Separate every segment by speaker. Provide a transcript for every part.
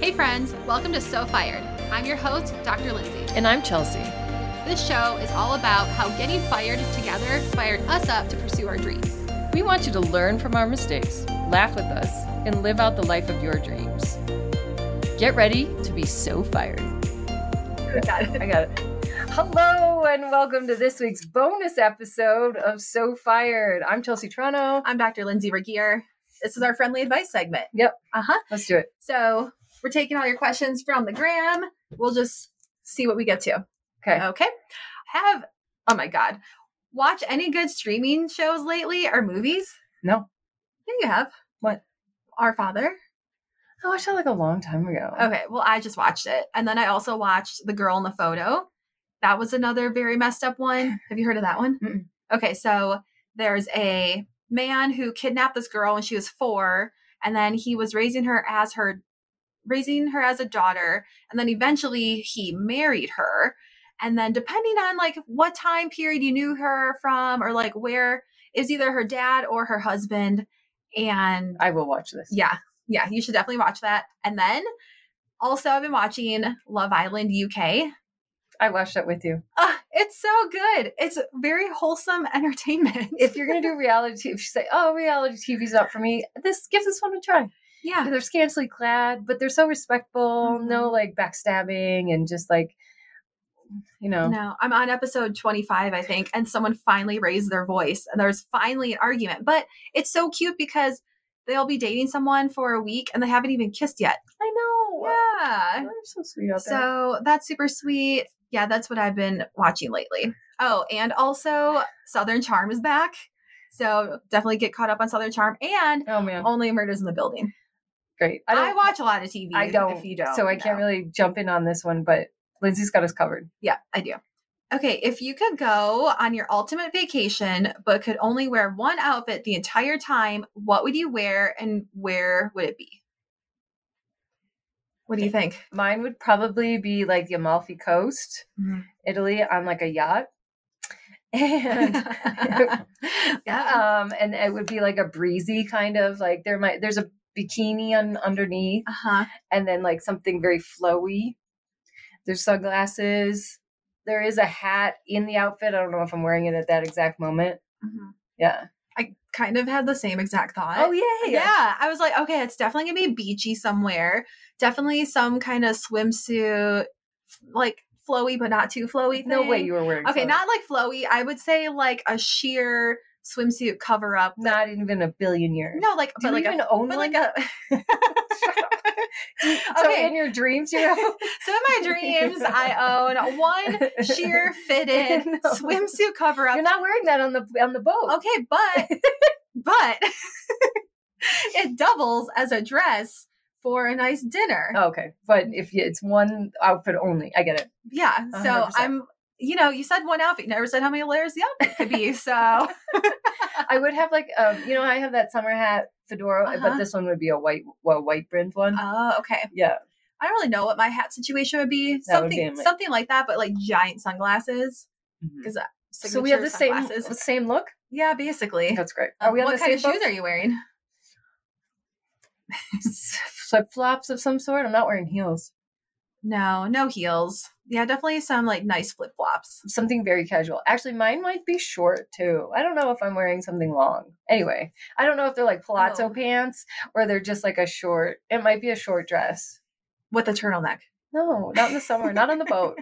Speaker 1: Hey, friends, welcome to So Fired. I'm your host, Dr. Lindsay.
Speaker 2: And I'm Chelsea.
Speaker 1: This show is all about how getting fired together fired us up to pursue our dreams.
Speaker 2: We want you to learn from our mistakes, laugh with us, and live out the life of your dreams. Get ready to be so fired.
Speaker 1: Got it.
Speaker 2: I got it. Hello, and welcome to this week's bonus episode of So Fired. I'm Chelsea Toronto.
Speaker 1: I'm Dr. Lindsay Regier. This is our friendly advice segment.
Speaker 2: Yep.
Speaker 1: Uh huh.
Speaker 2: Let's do it.
Speaker 1: So we're taking all your questions from the gram. We'll just see what we get to.
Speaker 2: Okay.
Speaker 1: Okay. Have, oh my God, watch any good streaming shows lately or movies?
Speaker 2: No.
Speaker 1: Yeah, you have.
Speaker 2: What?
Speaker 1: Our Father.
Speaker 2: Oh, I watched that like a long time ago.
Speaker 1: Okay, well, I just watched it. And then I also watched The Girl in the Photo. That was another very messed up one. Have you heard of that one?
Speaker 2: Mm-mm.
Speaker 1: Okay, so there's a man who kidnapped this girl when she was four, and then he was raising her as her raising her as a daughter, and then eventually he married her. And then depending on like what time period you knew her from or like where is either her dad or her husband and
Speaker 2: I will watch this.
Speaker 1: yeah, yeah, you should definitely watch that. And then also, I've been watching Love Island UK.
Speaker 2: I watched that with you.
Speaker 1: Ah, it's so good. It's very wholesome entertainment.
Speaker 2: If you're going to do reality, if you say, oh, reality TV's not for me, this give this one a try.
Speaker 1: yeah,
Speaker 2: They're scantily clad, but they're so respectful.
Speaker 1: Mm-hmm.
Speaker 2: No like backstabbing and just like, you know.
Speaker 1: no, I'm on episode 25, I think, and someone finally raised their voice, and there's finally an argument. But it's so cute because they'll be dating someone for a week and they haven't even kissed yet.
Speaker 2: I know.
Speaker 1: Yeah.
Speaker 2: They're so sweet out there.
Speaker 1: So that's super sweet. Yeah, that's what I've been watching lately. Oh, and also Southern Charm is back. So definitely get caught up on Southern Charm and
Speaker 2: Oh man,
Speaker 1: only Murders in the Building.
Speaker 2: great. I
Speaker 1: I,
Speaker 2: don't.
Speaker 1: watch a lot of TV.
Speaker 2: I don't.
Speaker 1: If you don't,
Speaker 2: so I can't
Speaker 1: no.
Speaker 2: really jump in on this one, but Lindsay's got us covered.
Speaker 1: Yeah, I do. Okay, if you could go on your ultimate vacation but could only wear one outfit the entire time, what would you wear and where would it be? What do you think?
Speaker 2: Mine would probably be like the Amalfi Coast,
Speaker 1: Mm-hmm.
Speaker 2: Italy, on like a yacht, and
Speaker 1: yeah.
Speaker 2: um, and it would be like a breezy kind of like there might there's a bikini on underneath,
Speaker 1: Uh huh.
Speaker 2: and then like something very flowy. There's sunglasses. There is a hat in the outfit. I don't know if I'm wearing it at that exact moment. Yeah.
Speaker 1: I kind of had the same exact thought.
Speaker 2: Oh yeah.
Speaker 1: Yeah, I was like, okay, it's definitely gonna be beachy somewhere. Definitely some kind of swimsuit, like flowy but not too flowy.
Speaker 2: No way
Speaker 1: thing.
Speaker 2: you were wearing.
Speaker 1: okay,
Speaker 2: clothes.
Speaker 1: not like flowy. I would say like a sheer swimsuit cover up.
Speaker 2: not even a billion years.
Speaker 1: No, like
Speaker 2: Do
Speaker 1: but
Speaker 2: you
Speaker 1: like
Speaker 2: even
Speaker 1: a,
Speaker 2: own
Speaker 1: but
Speaker 2: one?
Speaker 1: like a.
Speaker 2: So
Speaker 1: okay,
Speaker 2: in your dreams, you know,
Speaker 1: so in my dreams, I own one sheer fitted
Speaker 2: No.
Speaker 1: swimsuit cover up.
Speaker 2: you're not wearing that on the on the boat.
Speaker 1: okay, but but it doubles as a dress for a nice dinner.
Speaker 2: Oh, okay. But if you, it's one outfit only, I get it.
Speaker 1: Yeah. So
Speaker 2: 100%.
Speaker 1: I'm, you know, you said one outfit, you never said how many layers the outfit could be. So uh,
Speaker 2: I would have like, um, you know, I have that summer hat fedora,
Speaker 1: Uh-huh.
Speaker 2: but this one would be a white, well, white brimmed one.
Speaker 1: oh, okay.
Speaker 2: yeah,
Speaker 1: I don't really know what my hat situation would be.
Speaker 2: That would be
Speaker 1: Something
Speaker 2: amazing.
Speaker 1: something like that, but like giant sunglasses.
Speaker 2: so we have the
Speaker 1: signature
Speaker 2: same
Speaker 1: sunglasses.
Speaker 2: same look.
Speaker 1: Yeah, basically.
Speaker 2: That's great.
Speaker 1: Um,
Speaker 2: Are we on
Speaker 1: what
Speaker 2: the
Speaker 1: kind
Speaker 2: same
Speaker 1: of shoes are you wearing?
Speaker 2: Flip flops of some sort. I'm not wearing heels.
Speaker 1: No, no heels. Yeah, definitely some like nice flip flops.
Speaker 2: Something very casual. Actually, mine might be short too. I don't know if I'm wearing something long. Anyway, I don't know if they're like palazzo
Speaker 1: Oh.
Speaker 2: pants or they're just like a short. It might be a short dress.
Speaker 1: With a turtleneck.
Speaker 2: No, not in the summer. not on the boat.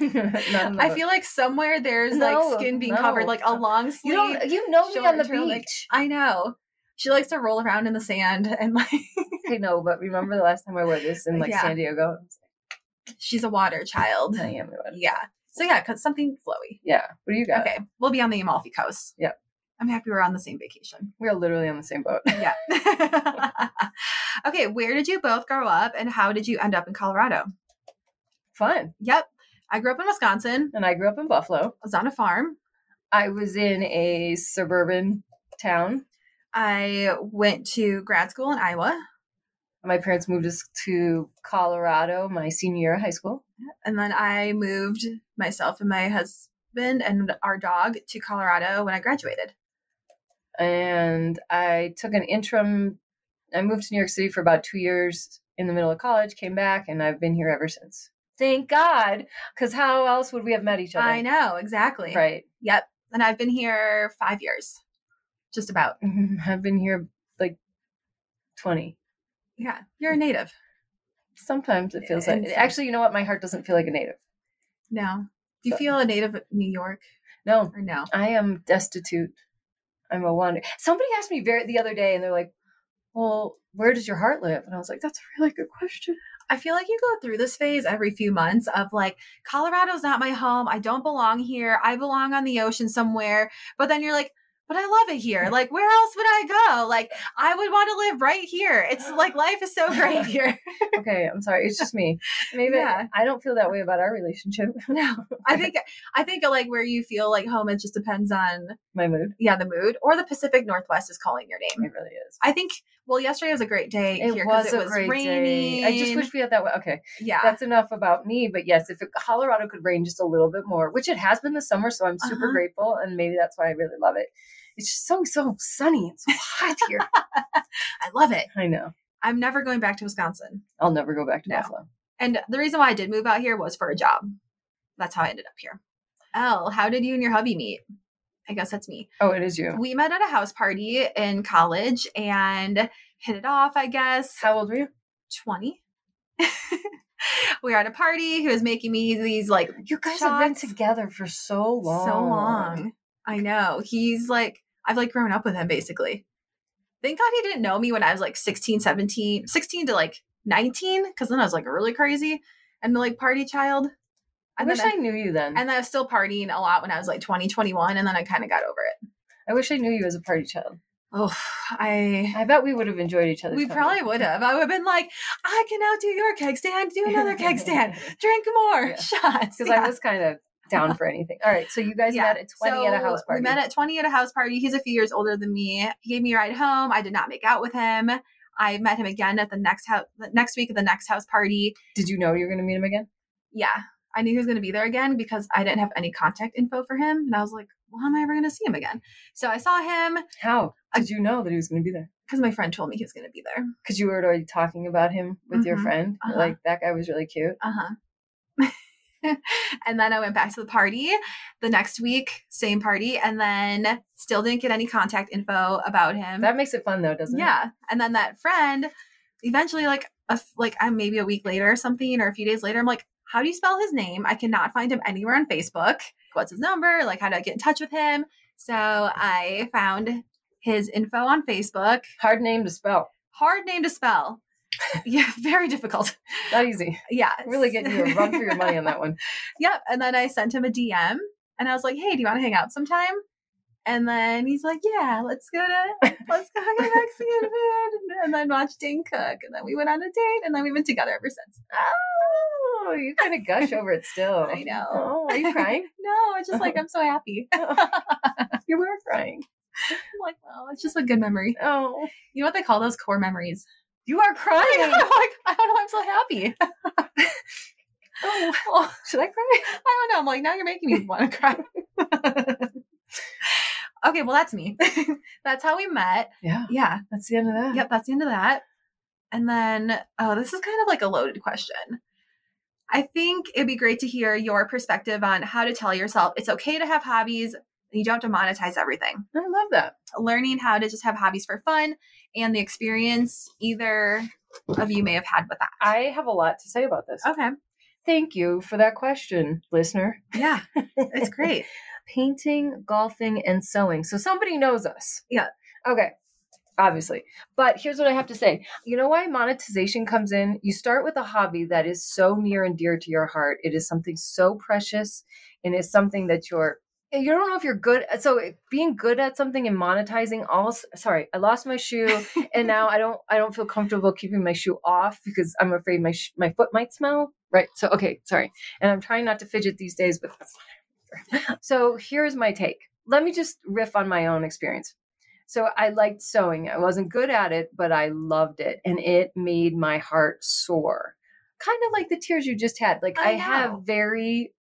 Speaker 2: not on the
Speaker 1: I
Speaker 2: boat.
Speaker 1: feel like somewhere there's
Speaker 2: No,
Speaker 1: like skin being covered,
Speaker 2: no.
Speaker 1: like a long
Speaker 2: you
Speaker 1: sleeve.
Speaker 2: don't. You know me on the
Speaker 1: short turtleneck.
Speaker 2: beach.
Speaker 1: I know. She likes to roll around in the sand and like
Speaker 2: I know, but remember the last time I wore this in like
Speaker 1: Yeah.
Speaker 2: San Diego?
Speaker 1: she's a water child.
Speaker 2: I am. About it.
Speaker 1: Yeah. So yeah, cause something flowy.
Speaker 2: Yeah. What do you got?
Speaker 1: Okay, we'll be on the Amalfi Coast.
Speaker 2: Yep.
Speaker 1: I'm happy we're on the same vacation.
Speaker 2: We're literally on the same boat.
Speaker 1: Yeah. okay, where did you both grow up and how did you end up in Colorado?
Speaker 2: Fun.
Speaker 1: Yep. I grew up in Wisconsin. I
Speaker 2: And I grew up in Buffalo.
Speaker 1: was on a farm.
Speaker 2: I was in a suburban town.
Speaker 1: I went to grad school in Iowa
Speaker 2: My parents moved us to Colorado my senior year of high school.
Speaker 1: and then I moved myself and my husband and our dog to Colorado when I graduated.
Speaker 2: And I took an interim, I moved to New York City for about two years in the middle of college, came back, and I've been here ever since. Thank God, because how else would we have met each other?
Speaker 1: I know, exactly.
Speaker 2: Right.
Speaker 1: Yep. And I've been here five years, just about.
Speaker 2: I've been here like 20.
Speaker 1: Yeah. You're a native.
Speaker 2: Sometimes it feels like.
Speaker 1: Insane.
Speaker 2: Actually, you know what? My heart doesn't feel like a native.
Speaker 1: No. Do you
Speaker 2: So-
Speaker 1: feel a native of New York
Speaker 2: No,
Speaker 1: or no?
Speaker 2: I am destitute. I'm a wonder. Somebody asked me very, the other day, and they're like, "Well, where does your heart live?" And I was like, "That's a really good question."
Speaker 1: I feel like you go through this phase every few months of like, Colorado's not my home. I don't belong here. I belong on the ocean somewhere. But then you're like, but I love it here. Like, where else would I go? Like, I would want to live right here. It's like life is so great here.
Speaker 2: Okay, I'm sorry. It's just me. Maybe
Speaker 1: Yeah.
Speaker 2: I don't feel that way about our relationship.
Speaker 1: No, I think, I think like where you feel like home, it just depends on,
Speaker 2: My mood.
Speaker 1: yeah, the mood or the Pacific Northwest is calling your name.
Speaker 2: It really is.
Speaker 1: I think, well, yesterday was a great day here 'cause it was raining.
Speaker 2: I just wish we had that. wa- Okay,
Speaker 1: yeah.
Speaker 2: that's enough about me. But yes, if it, Colorado could rain just a little bit more, which it has been this summer, so I'm super
Speaker 1: Uh-huh.
Speaker 2: grateful, and maybe that's why I really love it. It's just so so sunny and so hot here.
Speaker 1: I love it.
Speaker 2: I know.
Speaker 1: I'm never going back to Wisconsin.
Speaker 2: I'll never go back to
Speaker 1: No.
Speaker 2: Buffalo.
Speaker 1: And the reason why I did move out here was for a job. That's how I ended up here. Elle, how did you and your hubby meet? I guess that's me.
Speaker 2: Oh, it is you.
Speaker 1: We met at a house party in college and hit it off, I guess.
Speaker 2: How old were you?
Speaker 1: 20. we were at a party. He was making me these like
Speaker 2: You guys have been
Speaker 1: Shots.
Speaker 2: together for so long.
Speaker 1: so long. I know. He's like, I've like grown up with him basically. Thank God he didn't know me when I was like 16, 17, 16 to like 19, because then I was like really crazy and like party child.
Speaker 2: I
Speaker 1: And
Speaker 2: wish
Speaker 1: then
Speaker 2: I knew you then.
Speaker 1: And then I was still partying a lot when I was like 20, 21, and then I kind of got over it.
Speaker 2: I wish I knew you as a party child.
Speaker 1: Oh, I.
Speaker 2: I bet we would have enjoyed each other.
Speaker 1: We probably would have. I would have been like, I can outdo your keg stand. Do another keg stand. Drink more
Speaker 2: Yeah.
Speaker 1: shots.
Speaker 2: Because I
Speaker 1: Yeah.
Speaker 2: was kind of down for anything. All right, so you guys
Speaker 1: Yeah.
Speaker 2: met at 20 at a house
Speaker 1: So
Speaker 2: party.
Speaker 1: We met at 20 at a house party. He's a few years older than me. He gave me a ride home. I did not make out with him. I met him again at the next house, next week at the next house party.
Speaker 2: Did you know you were going to meet him again?
Speaker 1: Yeah, I knew he was going to be there again because I didn't have any contact info for him, and I was like, well, how am I ever going to see him again? So I saw him
Speaker 2: How
Speaker 1: I-
Speaker 2: did you know that he was going to be there?
Speaker 1: because my friend told me he was going to be there.
Speaker 2: Because you were already talking about him with your
Speaker 1: Mhm.
Speaker 2: friend. You're
Speaker 1: Uh-huh.
Speaker 2: Like that guy was really cute.
Speaker 1: Uh-huh. and then I went back to the party the next week, same party, and then still didn't get any contact info about him.
Speaker 2: That makes it fun though, doesn't it?
Speaker 1: yeah. And then that friend eventually like a, f- like I'm maybe a week later or something or a few days later I'm like how do you spell his name? I cannot find him anywhere on Facebook. What's his number? Like how do I get in touch with him? So I found his info on Facebook.
Speaker 2: Hard name to spell.
Speaker 1: Hard name to spell. yeah, very difficult.
Speaker 2: Not easy.
Speaker 1: Yeah.
Speaker 2: Really getting you a run for your money on that one.
Speaker 1: Yep. And then I sent him a DM and I was like, hey, do you want to hang out sometime? And then he's like, yeah, let's go to let's go get Mexican food and then watch Dane cook. And then we went on a date and then we've been together ever since.
Speaker 2: Oh, you kind of gush over it still.
Speaker 1: I know.
Speaker 2: Oh, are you crying?
Speaker 1: No, it's just like I'm so happy. I'm
Speaker 2: you were crying.
Speaker 1: like, well, it's just a good memory.
Speaker 2: Oh,
Speaker 1: You know what they call those core memories?
Speaker 2: you are
Speaker 1: I know, I'm
Speaker 2: crying.
Speaker 1: like, I don't know, I'm so happy. oh,
Speaker 2: Should I cry?
Speaker 1: I don't know. I'm like, now you're making me want to cry. okay, well that's me. that's how we met.
Speaker 2: Yeah,
Speaker 1: Yeah.
Speaker 2: that's the end of that.
Speaker 1: Yep, that's the end of that. And then, oh, this is kind of like a loaded question. I think it'd be great to hear your perspective on how to tell yourself it's okay to have hobbies and you don't have to monetize everything.
Speaker 2: I love that.
Speaker 1: Learning how to just have hobbies for fun and the experience either of you may have had with that.
Speaker 2: I have a lot to say about this.
Speaker 1: Okay.
Speaker 2: Thank you for that question, listener.
Speaker 1: Yeah. It's great.
Speaker 2: Painting, golfing, and sewing. So somebody knows us.
Speaker 1: Yeah.
Speaker 2: Okay. Obviously. But here's what I have to say. You know why monetization comes in? You start with a hobby that is so near and dear to your heart. It is something so precious and is something that you're you don't know if you're good at so being good at something and monetizing all sorry i lost my shoe and now I don't I don't feel comfortable keeping my shoe off because I'm afraid my sh- my foot might smell. Right. So okay, sorry. And I'm trying not to fidget these days, but so here's my take. Let me just riff on my own experience. So I liked sewing. I wasn't good at it, but I loved it, and it made my heart soar. Kind of like the tears you just had. Like
Speaker 1: I
Speaker 2: I,
Speaker 1: know.
Speaker 2: have very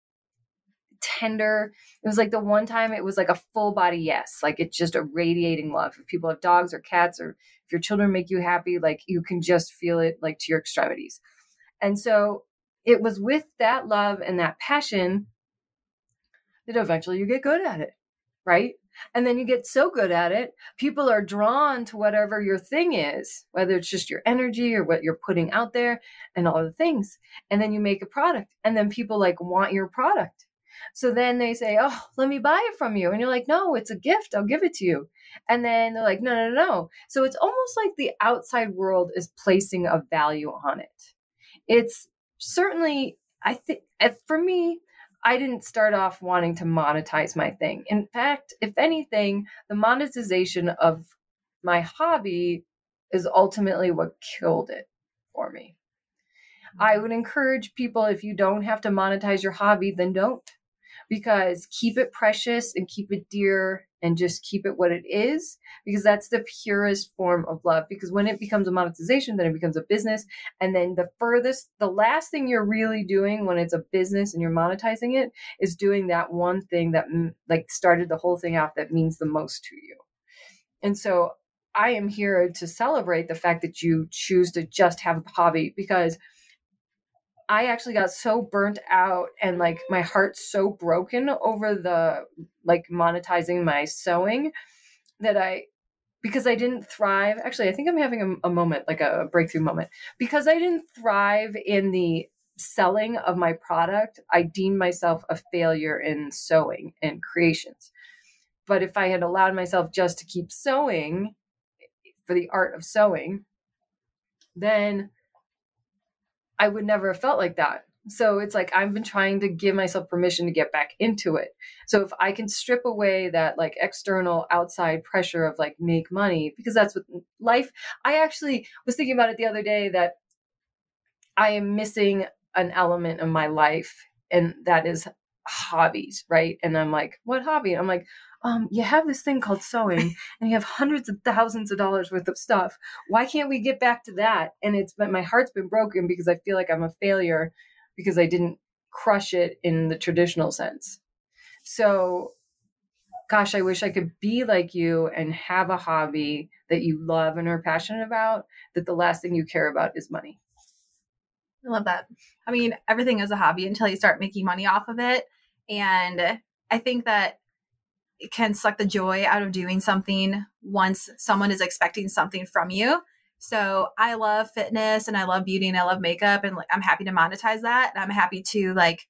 Speaker 2: tender. It was like the one time it was like a full body yes. Like it's just a radiating love. If people have dogs or cats or if your children make you happy, like you can just feel it like to your extremities. And so it was with that love and that passion that eventually you get good at it, right? And then you get so good at it, people are drawn to whatever your thing is, whether it's just your energy or what you're putting out there and all the things. And then you make a product, and then people like want your product. So then they say, Oh, let me buy it from you. And you're like, No, it's a gift. I'll give it to you. And then they're like, No, no, no. So it's almost like the outside world is placing a value on it. It's certainly, I think, for me, I didn't start off wanting to monetize my thing. In fact, if anything, the monetization of my hobby is ultimately what killed it for me. I would encourage people if you don't have to monetize your hobby, then don't. Because keep it precious and keep it dear and just keep it what it is, because that's the purest form of love. Because when it becomes a monetization, then it becomes a business. And then the furthest, the last thing you're really doing when it's a business and you're monetizing it is doing that one thing that like started the whole thing out that means the most to you. And so I am here to celebrate the fact that you choose to just have a hobby because I actually got so burnt out and like my heart so broken over the like monetizing my sewing that I because I didn't thrive. Actually, I think I'm having a, a moment, like a breakthrough moment. Because I didn't thrive in the selling of my product, I deemed myself a failure in sewing and creations. But if I had allowed myself just to keep sewing for the art of sewing, then I would never have felt like that. So it's like I've been trying to give myself permission to get back into it. So if I can strip away that like external outside pressure of like make money, because that's what life, I actually was thinking about it the other day that I am missing an element of my life, and that is hobbies, right? And I'm like, what hobby? I'm like, um, you have this thing called sewing and you have hundreds of thousands of dollars worth of stuff. Why can't we get back to that? And it's but my heart's been broken because I feel like I'm a failure because I didn't crush it in the traditional sense. So gosh, I wish I could be like you and have a hobby that you love and are passionate about, that the last thing you care about is money.
Speaker 1: I love that. I mean, everything is a hobby until you start making money off of it. And I think that it can suck the joy out of doing something once someone is expecting something from you. So I love fitness and I love beauty and I love makeup and like, I'm happy to monetize that. And I'm happy to like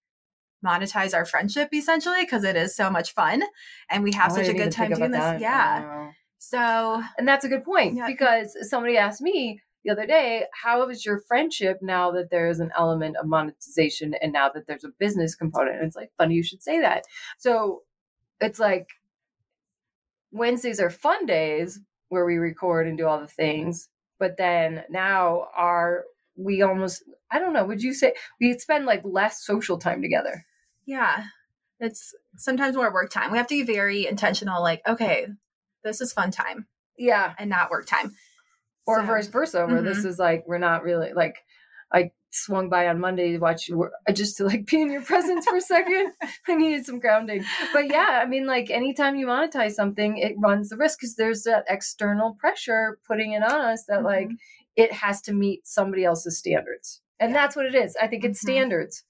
Speaker 1: monetize our friendship essentially because it is so much fun and we have oh, such a good time doing this. That. Uh-huh. Yeah. So
Speaker 2: and that's a good point yeah. because somebody asked me the other day, how is your friendship now that there is an element of monetization and now that there's a business component? And it's like funny you should say that. So it's like Wednesdays are fun days where we record and do all the things, but then now our we almost I don't know, would you say we spend like less social time together?
Speaker 1: Yeah. It's sometimes more work time. We have to be very intentional, like, okay, this is fun time.
Speaker 2: Yeah.
Speaker 1: And not work time
Speaker 2: or so, vice versa, where mm-hmm. this is like we're not really like I swung by on Monday to watch you work, just to like be in your presence for a second. I needed some grounding, but yeah, I mean, like anytime you monetize something, it runs the risk because there's that external pressure putting it on us that mm-hmm. like it has to meet somebody else's standards, and yeah. that's what it is. I think it's mm-hmm. standards.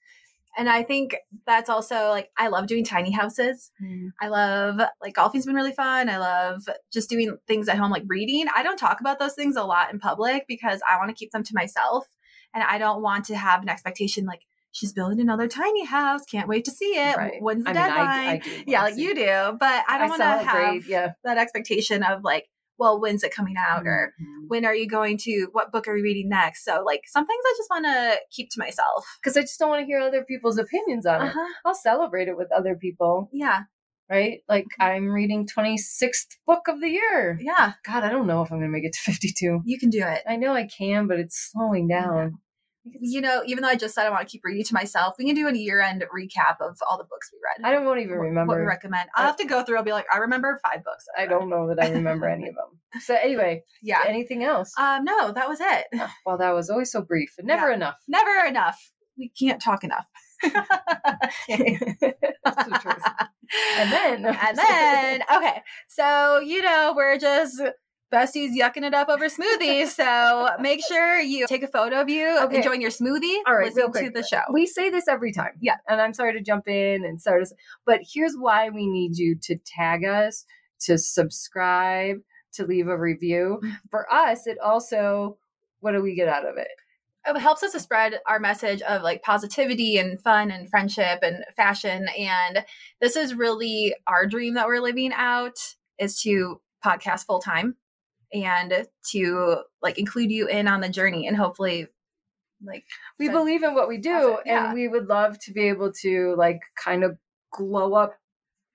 Speaker 1: And I think that's also like I love doing tiny houses. Mm. I love like golfing's been really fun. I love just doing things at home like reading. I don't talk about those things a lot in public because I want to keep them to myself and I don't want to have an expectation like she's building another tiny house. Can't wait to see it. Right. When's the I deadline? Mean, I, I yeah, like you do, but I don't want to have yeah. that expectation of like well, when's it coming out? Mm-hmm. Or when are you going to, what book are you reading next? So, like, some things I just want to keep to myself.
Speaker 2: Because I just don't want to hear other people's opinions on uh-huh. it. I'll celebrate it with other people.
Speaker 1: Yeah.
Speaker 2: Right? Like, I'm reading 26th book of the year.
Speaker 1: Yeah.
Speaker 2: God, I don't know if I'm going to make it to 52.
Speaker 1: You can do it.
Speaker 2: I know I can, but it's slowing down.
Speaker 1: Yeah. You know, even though I just said I want to keep reading to myself, we can do a year-end recap of all the books we read.
Speaker 2: I don't won't even remember
Speaker 1: what we recommend. I'll have to go through. I'll be like, I remember five books.
Speaker 2: I, I don't know that I remember any of them. So anyway,
Speaker 1: yeah.
Speaker 2: Anything else?
Speaker 1: Um, no, that was it.
Speaker 2: well, that was always so brief and never yeah. enough.
Speaker 1: Never enough. We can't talk enough.
Speaker 2: That's the truth. And then,
Speaker 1: and then, okay. So, you know, we're just besties yucking it up over smoothies. So make sure you take a photo of you
Speaker 2: Okay.
Speaker 1: enjoying your smoothie.
Speaker 2: All right,
Speaker 1: Listen
Speaker 2: real quick.
Speaker 1: to the show.
Speaker 2: we say this every time.
Speaker 1: Yeah.
Speaker 2: And I'm sorry to jump in and start us, but here's why we need you to tag us, to subscribe, to leave a review. For us, it also, what do we get out of it?
Speaker 1: It helps us to spread our message of like positivity and fun and friendship and fashion. And this is really our dream that we're living out is to podcast full time and to like include you in on the journey and hopefully like
Speaker 2: We
Speaker 1: So-
Speaker 2: believe in what we
Speaker 1: That's
Speaker 2: do,
Speaker 1: it, yeah.
Speaker 2: and we would love to be able to like kind of glow up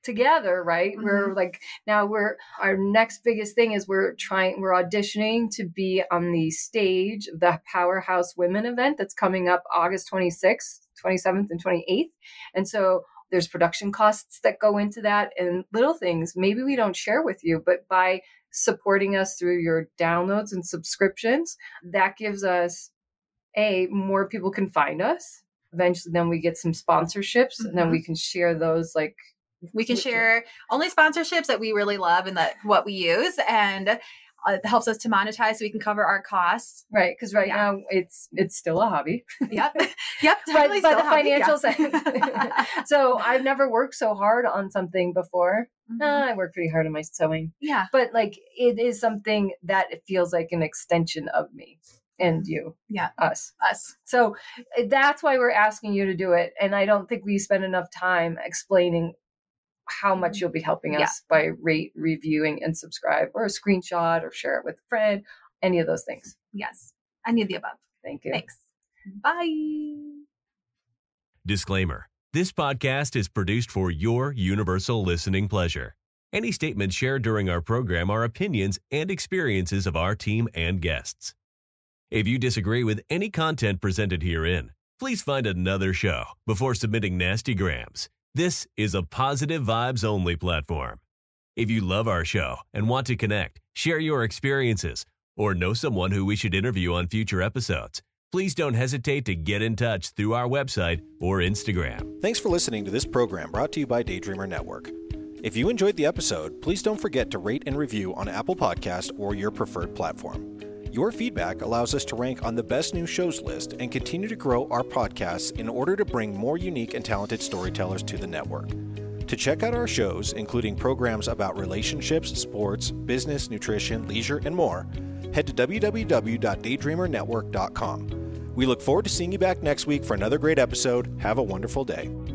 Speaker 2: together, right? We're
Speaker 1: Mm-hmm.
Speaker 2: like now we're our next biggest thing is we're trying we're auditioning to be on the stage of the Powerhouse Women event that's coming up August 26th, 27th and 28th. And so there's production costs that go into that and little things maybe we don't share with you, but by supporting us through your downloads and subscriptions, that gives us a more people can find us. Eventually then we get some sponsorships and
Speaker 1: Mm-hmm.
Speaker 2: then we can share those like
Speaker 1: we can
Speaker 2: Which-
Speaker 1: share only sponsorships that we really love and that what we use and uh, it helps us to monetize so we can cover our costs
Speaker 2: Right, because right
Speaker 1: Yeah.
Speaker 2: now it's it's still a hobby.
Speaker 1: yep yep totally
Speaker 2: by
Speaker 1: still
Speaker 2: the
Speaker 1: happy, yeah.
Speaker 2: financial sense. so I've never worked so hard on something before. Uh,
Speaker 1: Mhm.
Speaker 2: I work pretty hard on my sewing,
Speaker 1: yeah
Speaker 2: but like it is something that it feels like an extension of me and you,
Speaker 1: Yeah.
Speaker 2: us.
Speaker 1: us
Speaker 2: So eh, that's why we're asking you to do it, and I don't think we spend enough time explaining how much you'll be helping
Speaker 1: Yeah.
Speaker 2: us by rate, reviewing, and subscribe, or a screenshot, or share it with a friend. Any of those things.
Speaker 1: yes i need the above
Speaker 2: Thank you.
Speaker 1: thanks bye
Speaker 3: Disclaimer This podcast is produced for your universal listening pleasure. Any statements shared during our program are opinions and experiences of our team and guests. If you disagree with any content presented herein, please find another show before submitting nasty grams. This is a positive vibes only platform. If you love our show and want to connect, share your experiences, or know someone who we should interview on future episodes, please don't hesitate to get in touch through our website or Instagram.
Speaker 4: Thanks for listening to this program brought to you by Daydreamer Network. If you enjoyed the episode, please don't forget to rate and review on Apple Podcast or your preferred platform. Your feedback allows us to rank on the best new shows list and continue to grow our podcasts in order to bring more unique and talented storytellers to the network. To check out our shows, including programs about relationships, sports, business, nutrition, leisure, and more, head to www.daydreamernetwork.com. We look forward to seeing you back next week for another great episode. Have a wonderful day.